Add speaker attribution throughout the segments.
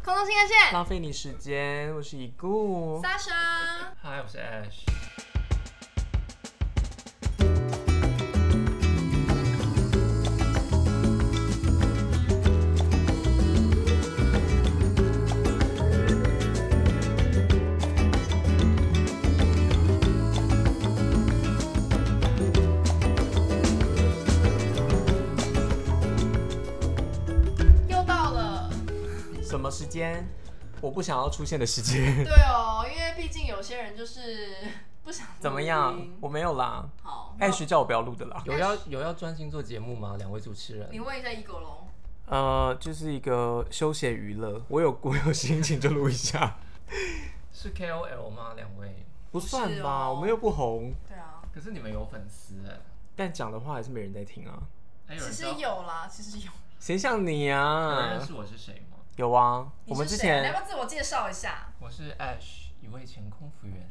Speaker 1: 空中新干线，
Speaker 2: 浪费你时间，我是已故。
Speaker 1: 莎莎，
Speaker 3: 嗨，我是 Ash。
Speaker 1: 又到了。
Speaker 2: 什么时间？我不想要出现的时 间。
Speaker 1: 对哦，因为毕竟有些人就是不想录音
Speaker 2: 怎么样？哎我没有啦。
Speaker 1: 好，那
Speaker 2: 艾徐叫我不要录的啦。
Speaker 3: 有要有要专心做节目吗？两位主持人
Speaker 1: 你，问一下一狗龙，
Speaker 2: 呃，就是一个休闲娱乐，我有 我有心情就录一 下，
Speaker 3: 是 KOL 吗？两位？
Speaker 2: 不算
Speaker 1: 是
Speaker 2: 吧，
Speaker 1: 哦
Speaker 2: 我们又不红，
Speaker 1: 对啊，
Speaker 3: 可是你们有粉丝哎、
Speaker 2: 但讲的话还是没人在听啊。
Speaker 3: 哎、有
Speaker 1: 其
Speaker 3: 人知
Speaker 1: 实
Speaker 3: 道
Speaker 1: 有啦，其实有。
Speaker 2: 谁像你
Speaker 3: 有人认
Speaker 2: 啊
Speaker 3: 识？我是谁吗？
Speaker 2: 有啊，
Speaker 1: 你
Speaker 2: 我
Speaker 1: 是
Speaker 2: 们之
Speaker 1: 谁啊你要
Speaker 2: 前
Speaker 1: 不要自我介绍一下？
Speaker 3: 我是 Ash，一位前空服员。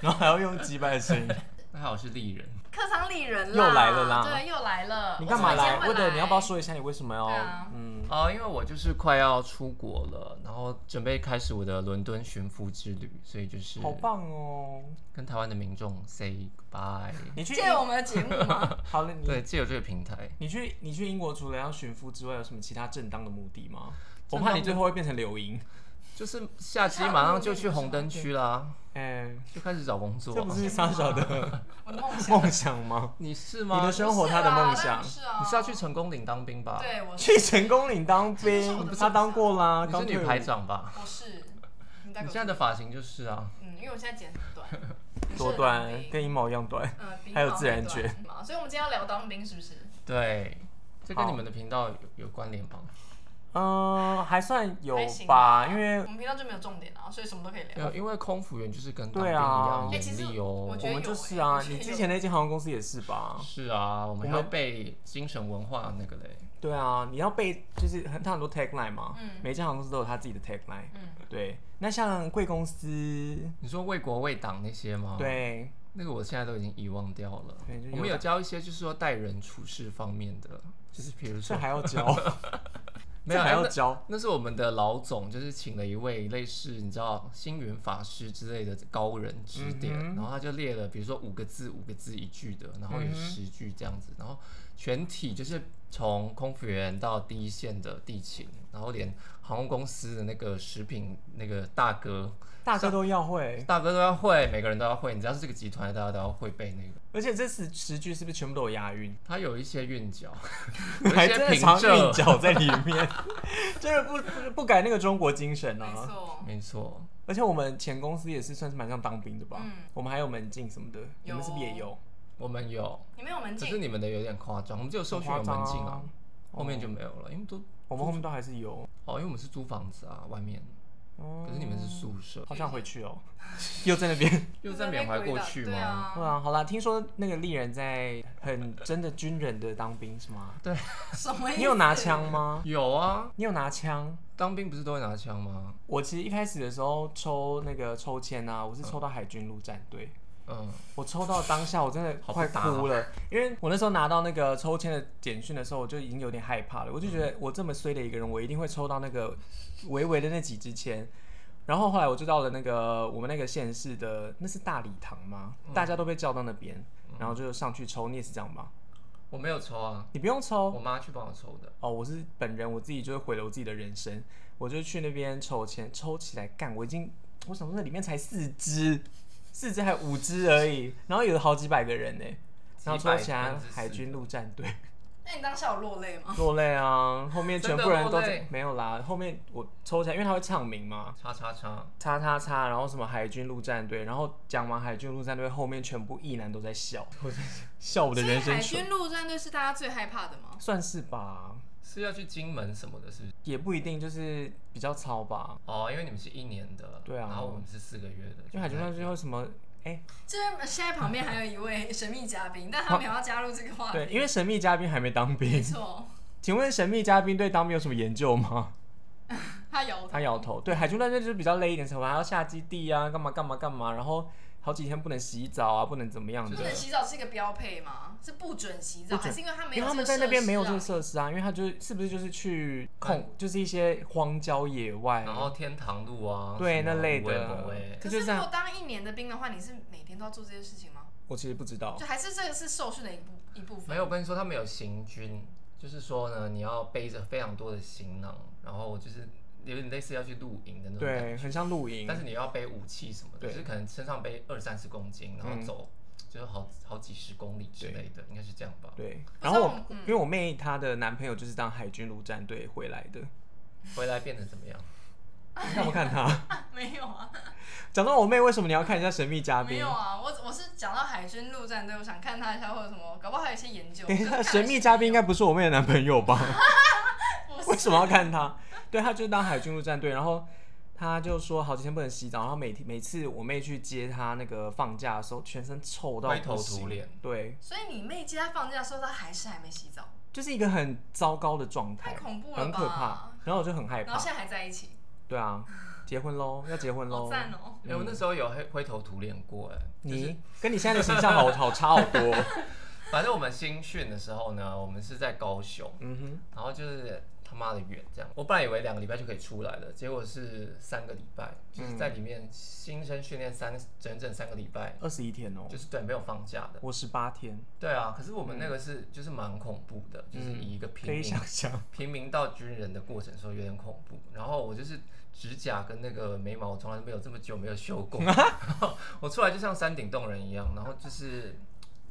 Speaker 2: 然后还要用几百声 音，
Speaker 3: 那还好是丽人，
Speaker 1: 客舱丽人啦，
Speaker 2: 又来了啦
Speaker 1: 对，又来了。
Speaker 2: 你干嘛来？
Speaker 1: 或
Speaker 2: 或者你要不要？说一下你为什么要
Speaker 1: 对啊？
Speaker 2: 嗯，
Speaker 3: 哦，因为我就是快要出国了，然后准备开始我的伦敦寻夫之旅，所以就是
Speaker 2: 好棒哦！
Speaker 3: 跟台湾的民众 say goodbye。
Speaker 2: 你去
Speaker 1: 借我们的节目 吗？
Speaker 2: 好了，你
Speaker 3: 对，借由这个平台，
Speaker 2: 你去你去英国除了要寻夫之外，有什么其他正当的目的吗？我
Speaker 3: 正当
Speaker 2: 怕你最后会变成留英。
Speaker 3: 就是下机马上就去红灯区啦，
Speaker 2: 哎、
Speaker 3: 就开始找工作
Speaker 2: 这
Speaker 3: 啊、
Speaker 2: 不是莎 莎的
Speaker 1: 我的梦想，
Speaker 2: 梦想吗？
Speaker 3: 你是
Speaker 2: 你
Speaker 3: 吗？
Speaker 2: 的生活，他的梦想。
Speaker 1: 是啊，
Speaker 3: 你是要去？成功岭当兵吧？，
Speaker 1: 对，我是，
Speaker 2: 去成功岭当
Speaker 1: 这就是我
Speaker 2: 兵
Speaker 1: 的，梦
Speaker 2: 他
Speaker 1: 想
Speaker 2: 当过啦，
Speaker 3: 你
Speaker 2: 刚
Speaker 3: 是
Speaker 2: 退
Speaker 3: 女
Speaker 2: 伍
Speaker 3: 排长吧？
Speaker 1: 我是。你带
Speaker 3: 你
Speaker 1: 狗
Speaker 3: 现在的发型就是啊，
Speaker 1: 嗯，因为我现在剪很 短，
Speaker 2: 多短，跟阴毛一样短。
Speaker 1: 嗯，比
Speaker 2: 还有
Speaker 1: 毛
Speaker 2: 自然
Speaker 1: 很短嘛，所以我们今天要聊当兵是不是？
Speaker 3: 对，这跟
Speaker 2: 好
Speaker 3: 你们的频道有有关联吗？
Speaker 2: 嗯、还算有
Speaker 1: 还行
Speaker 2: 吧，因为
Speaker 1: 我们频道就没有重点啊，所以什么都可以聊。
Speaker 3: 没有，因为空服员就是跟当兵
Speaker 2: 对
Speaker 3: 一
Speaker 2: 啊
Speaker 3: 样
Speaker 1: 哎其
Speaker 3: 严
Speaker 1: 实
Speaker 3: 厉哦
Speaker 1: 我。觉得
Speaker 2: 我们
Speaker 1: 有
Speaker 2: 就是
Speaker 1: 欸我
Speaker 2: 啊，
Speaker 1: 觉得
Speaker 2: 你之
Speaker 1: 有
Speaker 2: 前那间航空公司也是吧？
Speaker 3: 是啊，我们还
Speaker 2: 我
Speaker 3: 要
Speaker 2: 们
Speaker 3: 背精神文化那个嘞。
Speaker 2: 对啊，你要背就是很它很多 tagline 嘛，
Speaker 1: 嗯
Speaker 2: 每一家航空公司都有它自己的 tagline。
Speaker 1: 嗯，
Speaker 2: 对，那像贵公司，
Speaker 3: 你说为国为党那些吗？，
Speaker 2: 对，
Speaker 3: 那个我现在都已经遗忘掉了
Speaker 2: 对就。有
Speaker 3: 我们有教一些就是说待人处事方面的，就是比如
Speaker 2: 这
Speaker 3: 说
Speaker 2: 还要 教，
Speaker 3: 没有
Speaker 2: 这还要
Speaker 3: 那
Speaker 2: 教。
Speaker 3: 那是我们的老总，就是请了一位类似你知道星云法师之类的高人指点，
Speaker 2: 嗯哼
Speaker 3: 然后他就列了比如说五个字、五个字一句的，然后有
Speaker 2: 嗯哼
Speaker 3: 十句这样子，然后全体就是从空服员到第一线的地勤，然后连航空公司的那个食品那个大哥
Speaker 2: 大家都要会，
Speaker 3: 大哥都要会，每个人都要会，你只要是这个集团的，大家都要会背那个。
Speaker 2: 而且这十十句是不是全部都有押韵？
Speaker 3: 他有一些 韵脚，有一
Speaker 2: 还
Speaker 3: 些
Speaker 2: 真的
Speaker 3: 平
Speaker 2: 藏韵
Speaker 3: 仄，
Speaker 2: 脚 在里面，真的不不改那个中国精神
Speaker 1: 没
Speaker 2: 啊！
Speaker 1: 错，
Speaker 3: 没错，
Speaker 2: 而且我们前公司也是算是蛮像当兵的吧？
Speaker 1: 嗯
Speaker 2: 我们还有门禁什么的，你们是不是也
Speaker 3: 哦
Speaker 2: 有？
Speaker 3: 我们有。
Speaker 1: 你们有门
Speaker 3: 只是
Speaker 1: 禁，
Speaker 3: 你们的有点夸张，我们只有授权有门禁
Speaker 2: 很夸
Speaker 3: 啊
Speaker 2: 张，
Speaker 3: 后面就没有了，因为都
Speaker 2: 哦我们后面都还是有。
Speaker 3: 哦，因为我们是租房子啊，外面，
Speaker 2: 哦
Speaker 3: 可是你们是宿舍，
Speaker 2: 好想回去 哦，又在那边。
Speaker 3: 又在缅怀过去
Speaker 1: 对
Speaker 3: 吗？
Speaker 2: 对
Speaker 1: 啊，
Speaker 2: 啊，好啦，听说那个丽人在很真的军人的当兵是吗？
Speaker 1: 什么意思？
Speaker 2: 你有拿枪吗？
Speaker 3: 有啊，
Speaker 2: 你有拿枪？
Speaker 3: 当兵不是都会拿枪吗？
Speaker 2: 我其实一开始的时候抽那个抽签啊，我是抽到海军陆战队，
Speaker 3: 嗯，
Speaker 2: 我抽到当下我真的
Speaker 3: 好
Speaker 2: 快
Speaker 3: 复杂哦
Speaker 2: 哭了，因为我那时候拿到那个抽签的简讯的时候，我就已经有点害怕了，我就觉
Speaker 3: 嗯
Speaker 2: 得我这么衰的一个人，我一定会抽到那个微微的那几支签。然后后来我就到了那个我们那个县市的，那是大礼堂吗？
Speaker 3: 嗯
Speaker 2: 大家都被叫到那边，然后就上去抽，你也是这样吗？
Speaker 3: 我没有抽啊，
Speaker 2: 你不用抽
Speaker 3: 我妈去帮我抽的，
Speaker 2: 哦，我是本人，我自己就会毁了我自己的人生，我就去那边抽签，抽起来干，我已经，我想说那里面才四只，四只还五只而已，然后有好几百个人呢，然后抽起来海军陆战队
Speaker 1: 那你当下有落泪吗？
Speaker 2: 落泪啊，后面全部人都
Speaker 3: 真的落泪
Speaker 2: 没有啦，后面我抽起来，因为他会唱名嘛，
Speaker 3: 叉叉叉，
Speaker 2: 叉叉叉，然后什么海军陆战队，然后讲完海军陆战队，后面全部一男都在笑，我在 笑我的
Speaker 1: 所
Speaker 2: 人
Speaker 1: 以
Speaker 2: 生
Speaker 1: 海
Speaker 2: 蠢，
Speaker 1: 军陆战队是大家最害怕的 吗？
Speaker 2: 算是吧，
Speaker 3: 是要去金门什么的，是不是？
Speaker 2: 也不一定，就是比较糙吧。
Speaker 3: 哦，因为你们是一年的，
Speaker 2: 对啊
Speaker 3: 然后我们是四个月的，
Speaker 2: 就海军
Speaker 3: 就
Speaker 2: 陆战队会什么？哎、
Speaker 1: 这边现在旁边还有一位神秘嘉宾，但他没有要加入这个话题。
Speaker 2: 对，因为神秘嘉宾还没当
Speaker 1: 没
Speaker 2: 兵。
Speaker 1: 错，
Speaker 2: 请问神秘嘉宾对当兵有什么研究吗？
Speaker 1: 他摇头
Speaker 2: 他摇头。对，海军陆战队就是比较累一点，什么还要下基地啊，干嘛干嘛干嘛，然后好几天不能洗澡啊，不能怎么样的
Speaker 1: 不。能洗澡是一个标配吗？是不准洗澡，
Speaker 2: 不准
Speaker 1: 还是因为他没
Speaker 2: 因
Speaker 1: 有、这
Speaker 2: 为他
Speaker 1: 个
Speaker 2: 们在那边没有
Speaker 1: 设
Speaker 2: 这个
Speaker 1: 施嗯
Speaker 2: 设施啊，因为他就是是不是就是去空，就是一些荒郊野外，
Speaker 3: 然后天堂路啊，
Speaker 2: 对
Speaker 3: 什么
Speaker 2: 那类
Speaker 3: 无为
Speaker 2: 的
Speaker 3: 不为
Speaker 1: 啊。可
Speaker 2: 这就是这
Speaker 1: 如
Speaker 2: 样
Speaker 1: 果当一年的兵的话，你是每天都要做这些事情吗？
Speaker 2: 我其实不知道
Speaker 1: 就还是这个是受训的一部一部分。
Speaker 3: 没有，我跟你说，他们有行军，就是说呢，你要背着非常多的行囊，然后就是有点类似要去露营的那种感
Speaker 2: 对，
Speaker 3: 觉，
Speaker 2: 很像露营
Speaker 3: 但，是你要背武器什么的，
Speaker 2: 对
Speaker 3: 就是可能身上背二三十公斤，然后走、就是好好几十公里之类的，应该是这样吧？
Speaker 2: 对。
Speaker 1: 不
Speaker 2: 然
Speaker 1: 知
Speaker 2: 后
Speaker 1: 道
Speaker 2: 我
Speaker 1: 嗯
Speaker 2: 因为我妹她的男朋友就是当海军陆战队回 来的，
Speaker 3: 回来变得怎么样？
Speaker 2: 你干嘛看他？
Speaker 1: 没有啊，
Speaker 2: 讲到我妹，为什么你要看一下神秘嘉
Speaker 1: 没
Speaker 2: 宾
Speaker 1: 有？啊，我我是讲到海军陆战队，我想看他一下或者什么，搞不好还有一些研究。
Speaker 2: 等一
Speaker 1: 可是看
Speaker 2: 下，
Speaker 1: 了
Speaker 2: 神秘嘉宾应啊该不是我妹的男朋友 吧？
Speaker 1: 不是
Speaker 2: 为什么要看他？对他就是当海军陆战队，然后他就说好几天不能洗澡，然后每天每次我妹去接他那个放假的时候，全身臭到
Speaker 3: 灰头
Speaker 2: 不行
Speaker 3: 土脸。
Speaker 2: 对，
Speaker 1: 所以你妹接她放假的时候，她还是还没洗澡，
Speaker 2: 就是一个很糟糕的状态，
Speaker 1: 太恐怖了吧
Speaker 2: 很可怕。然后我就很害
Speaker 1: 然后
Speaker 2: 怕，
Speaker 1: 现在还在一起，
Speaker 2: 对啊，结 婚喽，要结婚
Speaker 1: 好
Speaker 2: 喽。
Speaker 1: 赞哦、
Speaker 3: 因为哎我那时候有黑灰头土脸过哎、就是
Speaker 2: 你跟你现在的形象好好 差好多。
Speaker 3: 反正我们新训的时候呢，我们是在高雄，
Speaker 2: 嗯哼，
Speaker 3: 然后就是他妈的远这样。我本来以为两个礼拜就可以出来了，结果是三个礼拜，就是在里面新生训练三整整三个礼拜，
Speaker 2: 二十一天哦，
Speaker 3: 就是对没有放假的。
Speaker 2: 我十八天，
Speaker 3: 对啊，可是我们那个是、
Speaker 2: 嗯
Speaker 3: 就是蛮恐怖的，就是以一个
Speaker 2: 可
Speaker 3: 平
Speaker 2: 以
Speaker 3: 民、
Speaker 2: 想象。
Speaker 3: 平民到军人的过程，说有点恐怖。然后我就是指甲跟那个眉毛，我从来没有这么久没有修 过，然后我出来就像山顶洞人一样，然后就是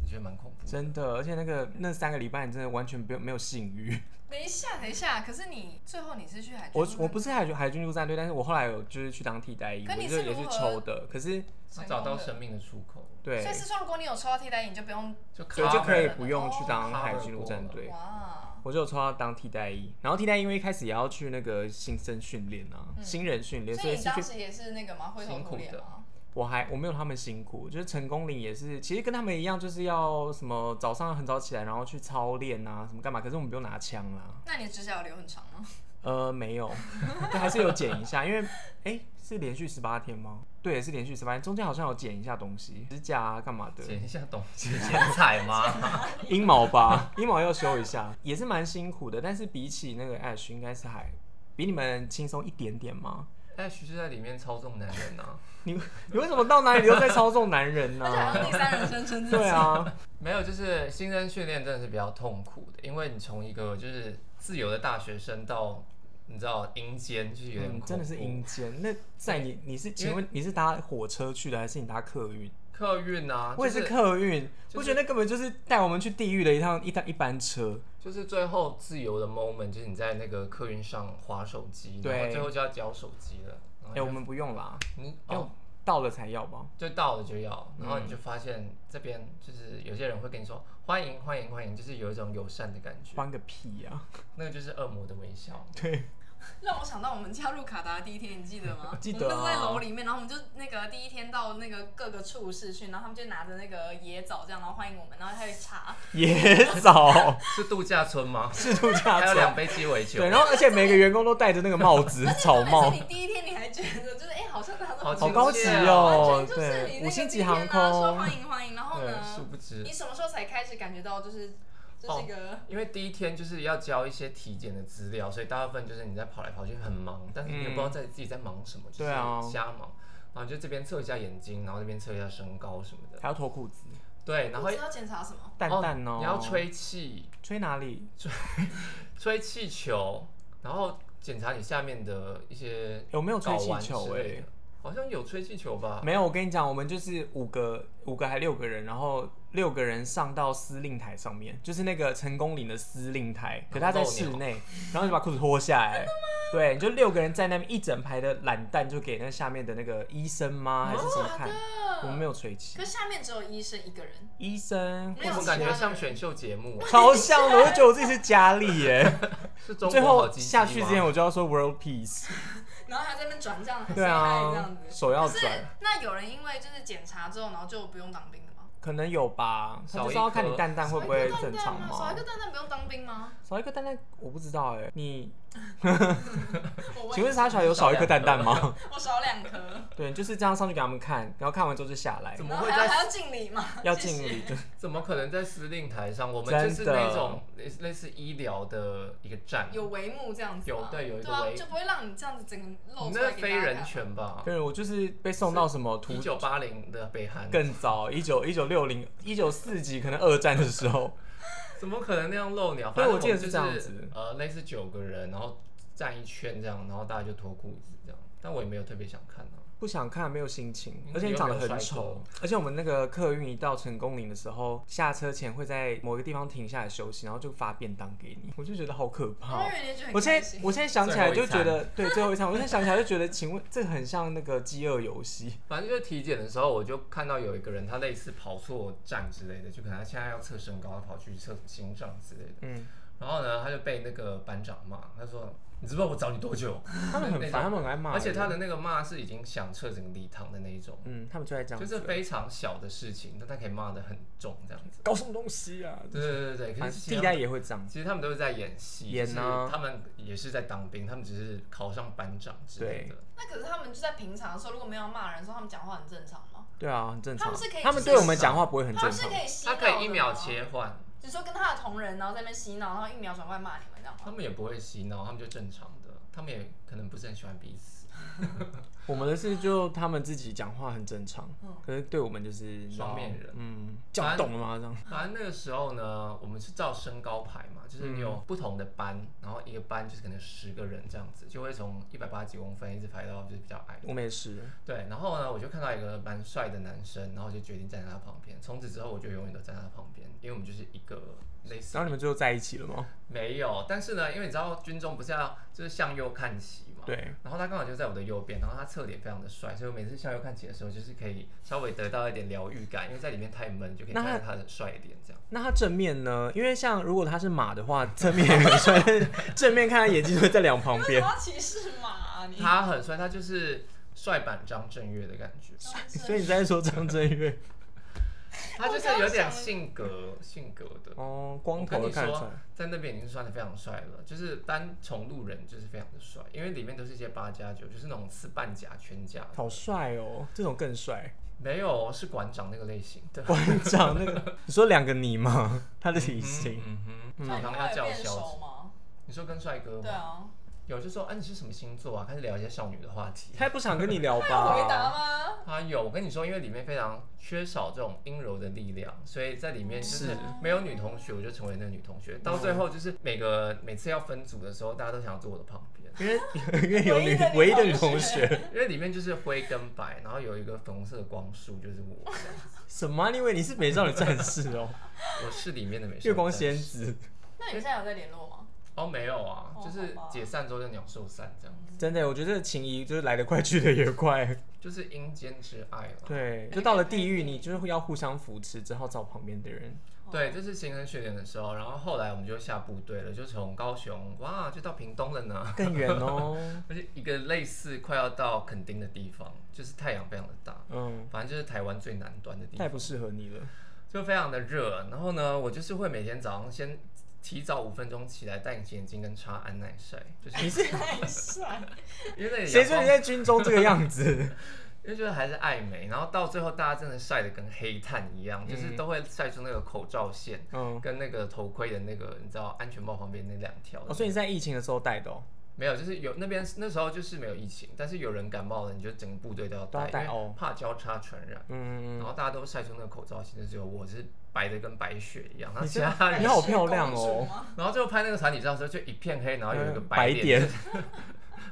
Speaker 3: 我觉得蛮恐怖的。
Speaker 2: 真的，而且那个那三个礼拜，你真的完全没有没有性欲。
Speaker 1: 等一下，等一下，可是你最后你是去海军陆
Speaker 2: 我
Speaker 1: 战队，
Speaker 2: 我不是海军海军陆战队，但是我后来有就是去当替代役，
Speaker 1: 可
Speaker 2: 我
Speaker 1: 你
Speaker 2: 就是也
Speaker 1: 如
Speaker 2: 是
Speaker 1: 何
Speaker 2: 抽的，可是
Speaker 3: 他
Speaker 1: 成功
Speaker 3: 找到
Speaker 1: 的
Speaker 3: 生命的出口，
Speaker 2: 对
Speaker 1: 所以，是说，如果你有抽到替代役，你就不用
Speaker 3: 就
Speaker 2: 所以就
Speaker 3: cover
Speaker 2: 可以
Speaker 1: 了
Speaker 2: 不用去当
Speaker 3: 哦
Speaker 2: 海军陆战
Speaker 3: cover
Speaker 2: 队。
Speaker 1: 哇，
Speaker 2: 我就有抽到当替代役，然后替代役因为一开始也要去那个新生训练啊，新人训练，所
Speaker 1: 嗯所以
Speaker 2: 以
Speaker 1: 你
Speaker 2: 是去
Speaker 1: 当时也是那个吗？灰头土脸
Speaker 3: 辛苦
Speaker 1: 吗？
Speaker 2: 我还我没有他们辛苦，就是成功岭也是，其实跟他们一样，就是要什么早上很早起来，然后去操练啊，什么干嘛。可是我们不用拿枪啦，
Speaker 1: 那你的指甲有留很长吗？
Speaker 2: 呃，没有， 对还是有剪一下，因为哎、诶是连续十八天吗？对，是连续十八天，中间好像有剪一下东西，指甲啊干嘛的，
Speaker 3: 剪一下懂剪彩吗？
Speaker 2: 阴毛吧，阴毛要修一下，也是蛮辛苦的。但是比起那个 Ash，应该是还比你们轻松一点点吗？
Speaker 3: 哎，徐是在里面操纵男人啊，
Speaker 2: 你你为什么到哪里都在操纵男人呢、
Speaker 1: 而且还用第三人称称自
Speaker 2: 对
Speaker 1: 己，
Speaker 2: 啊，
Speaker 3: 没有，就是新生训练真的是比较痛苦的，因为你从一个就是自由的大学生到你知道阴间， 就是有点恐
Speaker 2: 嗯，
Speaker 3: 怖、
Speaker 2: 真的是阴间。那在你你是请问你是搭火车去的还是你搭客运？
Speaker 3: 客运啊，
Speaker 2: 我也是
Speaker 3: 是
Speaker 2: 客运，
Speaker 3: 就是
Speaker 2: 我觉得那根本就是带我们去地狱的一趟一趟一班车。
Speaker 3: 就是最后自由的 moment，就是你在那个客运上划手机，
Speaker 2: 对
Speaker 3: 然后最后就要交手机哦了，然
Speaker 2: 哎、
Speaker 3: 后就
Speaker 2: 我们哎不用啦，
Speaker 3: 你
Speaker 2: 要、
Speaker 3: 哦
Speaker 2: 到了才要吧。
Speaker 3: 就到了就要，然后你就发现这边就是有些人会跟你说欢迎欢迎欢迎，就是有一种友善的感觉，
Speaker 2: 关个屁呀、
Speaker 3: 那个就是恶魔的微 笑。
Speaker 2: 对，？
Speaker 1: 让我想到我们加入卡达的第一天，你记得吗
Speaker 2: 记得啊
Speaker 1: 我们就是在楼里面，然后我们就那个第一天到那个各个处室去，然后他们就拿着那个野枣这样，然后欢迎我们，然后他就查，
Speaker 2: 野 枣
Speaker 3: 是度假村吗？
Speaker 2: 是度
Speaker 3: 还
Speaker 2: 假
Speaker 3: 有两
Speaker 2: 村。
Speaker 3: 杯鸡尾酒
Speaker 2: 对，，然后而且每个员工都戴着那个帽 子，草
Speaker 1: 但
Speaker 2: 帽
Speaker 1: 是。你第一天你还觉得就是哎、好像拿到
Speaker 3: 好
Speaker 2: 好
Speaker 3: 亲
Speaker 2: 高级
Speaker 3: 切
Speaker 2: 哦
Speaker 1: 完全，就是你
Speaker 2: 对，
Speaker 1: 那
Speaker 2: 五
Speaker 1: 个
Speaker 2: 星
Speaker 1: 第
Speaker 2: 级
Speaker 1: 一天
Speaker 2: 航
Speaker 1: 啊说
Speaker 2: 空，
Speaker 1: 欢迎欢迎，然后
Speaker 2: 嗯
Speaker 3: 对，殊
Speaker 1: 呢，
Speaker 3: 不知
Speaker 1: 你，什么时候才开始感觉到就是这是一
Speaker 2: 哦
Speaker 1: 个？
Speaker 3: 因为第一天就是要交一些体检的资料，所以大部分就是你在跑来跑去很忙，但是你也不知道在自己在忙什么，就是
Speaker 2: 对啊
Speaker 3: 瞎忙。然后就这边测一下眼睛，然后那边测一下身高什么的。
Speaker 2: 还要脱裤子，
Speaker 3: 对，然后
Speaker 1: 知道检查什么？
Speaker 2: 蛋蛋
Speaker 3: 哦
Speaker 2: 哦。
Speaker 3: 你要吹气，
Speaker 2: 吹哪里？
Speaker 3: 吹气球，然后检查你下面的一些
Speaker 2: 有没有吹
Speaker 3: 睾
Speaker 2: 气
Speaker 3: 丸之
Speaker 2: 球、
Speaker 3: 类
Speaker 2: 欸
Speaker 3: 的？。好像有吹气球吧？
Speaker 2: 没有，我跟你讲，我们就是五个、五个还六个人，然后六个人上到司令台上面，就是那个成功岭的司令台，可他在室内，然后就把裤子脱下来。对，你就六个人在那边一整排的懒蛋，就给那下面的那个医生吗？还是什么看？我们没有吹气
Speaker 1: 可，是下面只有医生一个人，
Speaker 2: 医生
Speaker 1: 没
Speaker 3: 我
Speaker 1: 有
Speaker 3: 们
Speaker 1: 其
Speaker 3: 感觉
Speaker 1: 他的
Speaker 3: 像
Speaker 1: 人
Speaker 3: 选秀节目 啊，
Speaker 2: 超像的，我就觉得我自己是佳丽耶。
Speaker 3: 是中
Speaker 2: 最
Speaker 3: 国好
Speaker 2: 后
Speaker 3: 鸡鸡
Speaker 2: 下去之
Speaker 3: 吗
Speaker 2: 前，我就要说 world peace。
Speaker 1: 然后还在那边转账，还
Speaker 2: 对
Speaker 1: 嗨这
Speaker 2: 啊
Speaker 1: 样，子。
Speaker 2: 手要
Speaker 1: 可是
Speaker 2: 转，
Speaker 1: 那有人因为就是检查之后，然后就不用当兵的吗？
Speaker 2: 可能有吧，他
Speaker 3: 少
Speaker 2: 就是
Speaker 3: 一
Speaker 2: 要看你
Speaker 3: 颗
Speaker 2: 蛋蛋会不会正常
Speaker 1: 吗？
Speaker 2: 嘛
Speaker 1: 少一。哎个蛋啊蛋不用当兵吗？
Speaker 2: 少一颗蛋蛋，我不知道哎、你
Speaker 1: 我问
Speaker 2: 请问沙小有少一颗蛋蛋吗？
Speaker 1: 我少两颗，
Speaker 2: 对，就是这样上去给他们看，然后看完之后就下来
Speaker 3: 怎，么
Speaker 1: 然后
Speaker 3: 会
Speaker 1: 还要
Speaker 3: 在
Speaker 1: 还要敬礼吗？
Speaker 2: 要
Speaker 1: 谢
Speaker 2: 敬
Speaker 1: 谢
Speaker 2: 礼，。对
Speaker 3: 怎么可能在司令台上？我
Speaker 2: 真
Speaker 3: 们就是
Speaker 2: 的
Speaker 3: 那种类似类似医疗的一个站，
Speaker 1: 有帷幕这样子吗，
Speaker 3: 有对有一个
Speaker 1: 啊
Speaker 3: 帷，幕
Speaker 1: 就不会让你这样子整个露
Speaker 3: 你
Speaker 1: 出来
Speaker 3: 那
Speaker 1: 给
Speaker 3: 非
Speaker 1: 大家
Speaker 3: 人
Speaker 1: 看。
Speaker 3: 权吧？
Speaker 2: 对，我就是被送到什么图
Speaker 3: 一九八零的北韩，
Speaker 2: 更早，一九一九六零、一九四几，可能二战的时候，
Speaker 3: 怎么可能那样露鸟？
Speaker 2: 对
Speaker 3: 反正
Speaker 2: 我记得
Speaker 3: 们就是是
Speaker 2: 这样子
Speaker 3: 呃，类似九个人，然后站一圈这样，然后大家就脱裤子这样。但我也没有特别想看啊。
Speaker 2: 不想看，没有心情，
Speaker 3: 嗯
Speaker 2: 而且你长得
Speaker 3: 有没有
Speaker 2: 很
Speaker 3: 帅
Speaker 2: 丑
Speaker 3: 哥，
Speaker 2: 而且我们那个客运一到成功岭的时候，下车前会在某一个地方停下来休息，然后就发便当给你，我就觉得好可怕
Speaker 1: 我
Speaker 2: 哦。
Speaker 1: 有点觉得很
Speaker 2: 我现
Speaker 1: 开
Speaker 2: 在
Speaker 1: 心
Speaker 2: 我现在想起来
Speaker 3: 最后
Speaker 2: 就
Speaker 3: 一餐
Speaker 2: 觉得，对最后一场，我现在想起来就觉得，请问这很像那个饥饿游戏，
Speaker 3: 反正就是体检的时候，我就看到有一个人，他类似跑错站之类的，就可能他现在要测身高，他跑去测心脏之类的。
Speaker 2: 嗯，
Speaker 3: 然后呢，他就被那个班长骂，他说：“你知不知道我找你多久？”
Speaker 2: 他们很烦，他们很爱骂人，
Speaker 3: 而且他的那个骂是已经响彻整个礼堂的那一种，
Speaker 2: 嗯，他们就爱这样
Speaker 3: 就
Speaker 2: 子，
Speaker 3: 是非常小的事情，但他可以骂得很重这样子。
Speaker 2: 搞什么东西啊？
Speaker 3: 对对对对，可
Speaker 2: 反
Speaker 3: 是
Speaker 2: 正
Speaker 3: 其
Speaker 2: 地
Speaker 3: 实
Speaker 2: 带
Speaker 3: 他
Speaker 2: 也会长，
Speaker 3: 其实他们都是在演戏，
Speaker 2: 演
Speaker 3: 就是
Speaker 2: 啊
Speaker 3: 他们也是在当兵，他们只是考上班长之类的。
Speaker 1: 那可是他们就在平常的时候，如果没有骂人的时候，他们讲话很正常吗？
Speaker 2: 对啊，很正常
Speaker 1: 他们是可。以
Speaker 2: 他们对我们讲话不会很
Speaker 1: 他
Speaker 2: 正
Speaker 1: 们是
Speaker 2: 常，
Speaker 1: 可以洗脑
Speaker 3: 他
Speaker 1: 的
Speaker 3: 可以一秒
Speaker 1: 吗，
Speaker 3: 切换，
Speaker 1: 只说跟他的同仁，然后在那边洗脑，然后一秒转过来骂你们这样
Speaker 3: 他
Speaker 1: 吗？
Speaker 3: 们也不会洗脑，他们就正常的，他们也可能不是很喜欢彼此，
Speaker 2: 我们的是就他们自己讲话很正常，
Speaker 1: 嗯
Speaker 2: 可是对我们就是
Speaker 3: 双面，人。
Speaker 2: 嗯，叫懂了吗？这样，
Speaker 3: 反正那个时候呢，我们是照身高排嘛，就是
Speaker 2: 嗯
Speaker 3: 你有不同的班，然后一个班就是可能十个人这样子，就会从一百八几公分一直排到就是比较矮的。
Speaker 2: 我们也是，
Speaker 3: 对，然后呢，我就看到一个蛮帅的男生，然后就决定站在他旁边。从此之后，我就永远都站在他旁边，因为我们就是一个类似
Speaker 2: 然后你们最后在一起了吗？
Speaker 3: 没有，但是呢，因为你知道军中不是要就是向右看齐嘛，
Speaker 2: 对，
Speaker 3: 然后他刚好就在我的右边，然后他侧脸非常的帅，所以我每次向右看齐的时候，就是可以稍微得到一点疗愈感，因为在里面太闷，就可以
Speaker 2: 那
Speaker 3: 看
Speaker 2: 他
Speaker 3: 到他的帅脸这样。
Speaker 2: 那他正面呢？因为像如果他是马的话，正面也 很帅，但是正面看他眼睛就会在两旁
Speaker 1: 你为 什
Speaker 2: 边
Speaker 1: 么，要歧视马啊
Speaker 2: 嗯
Speaker 1: 你？
Speaker 3: 他很帅，他就是帅版张震岳的感觉，
Speaker 2: 所以你在说张震岳
Speaker 3: 他就是有点性格性格的。
Speaker 2: 哦，
Speaker 3: 我
Speaker 2: 光
Speaker 3: 跟
Speaker 2: 头
Speaker 3: 你
Speaker 2: 看得出
Speaker 3: 说
Speaker 2: 来，，
Speaker 3: 在那边已经算是非常帅了，就是单从路人就是非常的帅，因为里面都是一些八加九，就是那种刺半甲、全甲的，
Speaker 2: 好帅哦，这种更帅。
Speaker 3: 没有是馆长那个类型的。嗯
Speaker 2: 馆长那个，你说两个你 吗？他的 体型，
Speaker 3: 嗯哼，嗯哼，
Speaker 1: 那
Speaker 3: 常
Speaker 1: 你
Speaker 3: 常
Speaker 1: 们
Speaker 3: 要
Speaker 1: 会有
Speaker 3: 叫
Speaker 1: 变
Speaker 3: 嚣
Speaker 1: 熟。吗？
Speaker 3: 你说跟帅哥吗
Speaker 1: 对啊，
Speaker 3: 有就说，啊，你是什么星座啊？开始聊一些少女的话题。
Speaker 2: 他也不想跟你聊
Speaker 1: 要回答
Speaker 2: 吧？
Speaker 1: 吗？
Speaker 3: 啊，有，我跟你说，因为里面非常缺少这种阴柔的力量，所以在里面就是
Speaker 2: 是
Speaker 3: 没有女同学，我就成为那个女同学。到最后就是每个每次要分组的时候，大家都想要坐我的旁边，
Speaker 2: 因为因为有女唯
Speaker 1: 唯
Speaker 2: 一
Speaker 1: 一
Speaker 2: 的
Speaker 1: 的
Speaker 2: 女
Speaker 1: 女
Speaker 2: 同
Speaker 1: 同
Speaker 2: 学，
Speaker 3: 因为里面就是灰跟白，然后有一个粉红色的光束，就是我，
Speaker 2: 什么啊？你以为你是美少女战士哦？
Speaker 3: 我是里面的美少女
Speaker 2: 月光
Speaker 3: 战
Speaker 2: 仙
Speaker 3: 士
Speaker 2: 子，
Speaker 1: 那你们现在有在联络吗？
Speaker 3: 哦，没有啊，
Speaker 1: 哦
Speaker 3: 就是
Speaker 1: 好吧
Speaker 3: 解散之后就鸟兽散这样子，
Speaker 2: 真的，我觉得这个情谊就是来得快，去得也快。
Speaker 3: 就是阴间之爱了。
Speaker 2: 对， 就到了地狱，你就是要互相扶持，只好找旁边的人。
Speaker 1: 哦
Speaker 3: 对，这是行程训练的时候，然后后来我们就下部队了，就从高雄哇，就到屏东了呢，
Speaker 2: 更远哦，
Speaker 3: 而且一个类似快要到垦丁的地方，就是太阳非常的大，
Speaker 2: 嗯，
Speaker 3: 反正就是台湾最南端的地
Speaker 2: 太
Speaker 3: 方，
Speaker 2: 不适合你了。
Speaker 3: 就非常的热。然后呢，我就是会每天早上先提早五分钟起来戴隐形眼镜跟擦安耐晒，就是
Speaker 2: 你是
Speaker 1: 太帅，
Speaker 3: 因为那里
Speaker 2: 谁
Speaker 3: 阳
Speaker 2: 说
Speaker 3: 光
Speaker 2: 你在军中这个样子？
Speaker 3: 因为觉得还是爱美，然后到最后大家真的晒得跟黑炭一样，就是
Speaker 2: 嗯
Speaker 3: 都会晒出那个口罩线
Speaker 2: 嗯，
Speaker 3: 跟那个头盔的那个，你知道安全帽旁边那两条的那个。
Speaker 2: 哦，所以你在疫情的时候带的哦，
Speaker 3: 没有，就是有那边那时候就是没有疫情，但是有人感冒了，你就整个部队都要
Speaker 2: 都要
Speaker 3: 戴，
Speaker 2: 戴
Speaker 3: 因
Speaker 2: 哦
Speaker 3: 为怕交叉传染。然
Speaker 2: 嗯，
Speaker 3: 后大家都晒出那个口罩，其实只有我是白的跟白雪一样，然后其
Speaker 2: 真哎
Speaker 3: 他
Speaker 2: 你
Speaker 3: 人，
Speaker 2: 好漂亮哦
Speaker 3: 然后最后拍那个团体照的时候就一片黑，然后有一个
Speaker 2: 嗯白
Speaker 3: 点，
Speaker 2: 点，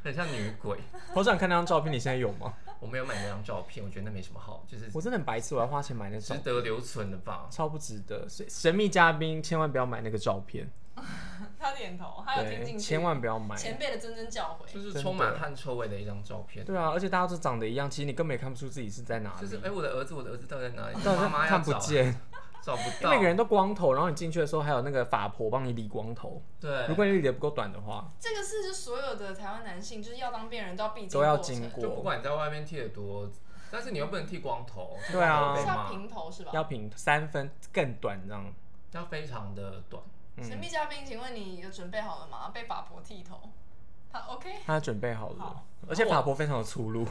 Speaker 3: 很像女鬼。
Speaker 2: 好想看那张照片，你现在有吗？
Speaker 3: 我没有买那张照片，我觉得那没什么好，就是
Speaker 2: 我真的很白痴，我要花钱买那
Speaker 3: 值
Speaker 2: 张，
Speaker 3: 得留存的吧。
Speaker 2: 超不值得。所以神秘嘉宾千万不要买那个照片，
Speaker 1: 他点头，他有听
Speaker 2: 对，
Speaker 1: 进去，
Speaker 2: 千万不要买。
Speaker 1: 前辈的谆谆教
Speaker 3: 就
Speaker 1: 诲，
Speaker 3: 是充满汗臭味的一张照片。
Speaker 2: 对啊，而且大家都长得一样，其实你根本也看不出自己是在哪里，
Speaker 3: 就是哎、我的儿子，我的儿子到底在哪里？
Speaker 2: 但
Speaker 3: 妈
Speaker 2: 是
Speaker 3: 妈要
Speaker 2: 看不
Speaker 3: 找，
Speaker 2: 见。
Speaker 3: 找不
Speaker 2: 因为
Speaker 3: 到。
Speaker 2: 每个人都光头，然后你进去的时候还有那个法婆帮你理光头，
Speaker 3: 对，
Speaker 2: 如果你理的不够短的话，
Speaker 1: 这个是就所有的台湾男性就是要当辨人都要必经
Speaker 2: 都要
Speaker 1: 过程
Speaker 2: 经
Speaker 3: 就不
Speaker 2: 过，
Speaker 3: 管你在外面剃得多，但是你又不能剃光头，
Speaker 2: 对啊
Speaker 3: 就是怕
Speaker 1: 要
Speaker 3: 被骂
Speaker 1: 平头是吧？
Speaker 2: 要平三分更短这样。
Speaker 3: 要非常的短。
Speaker 2: 嗯
Speaker 1: 神秘嘉宾，请问你有准备好了吗？被法婆剃头，他 OK，
Speaker 2: 他准备好了
Speaker 1: 好，
Speaker 2: 而且法博非常的粗鲁，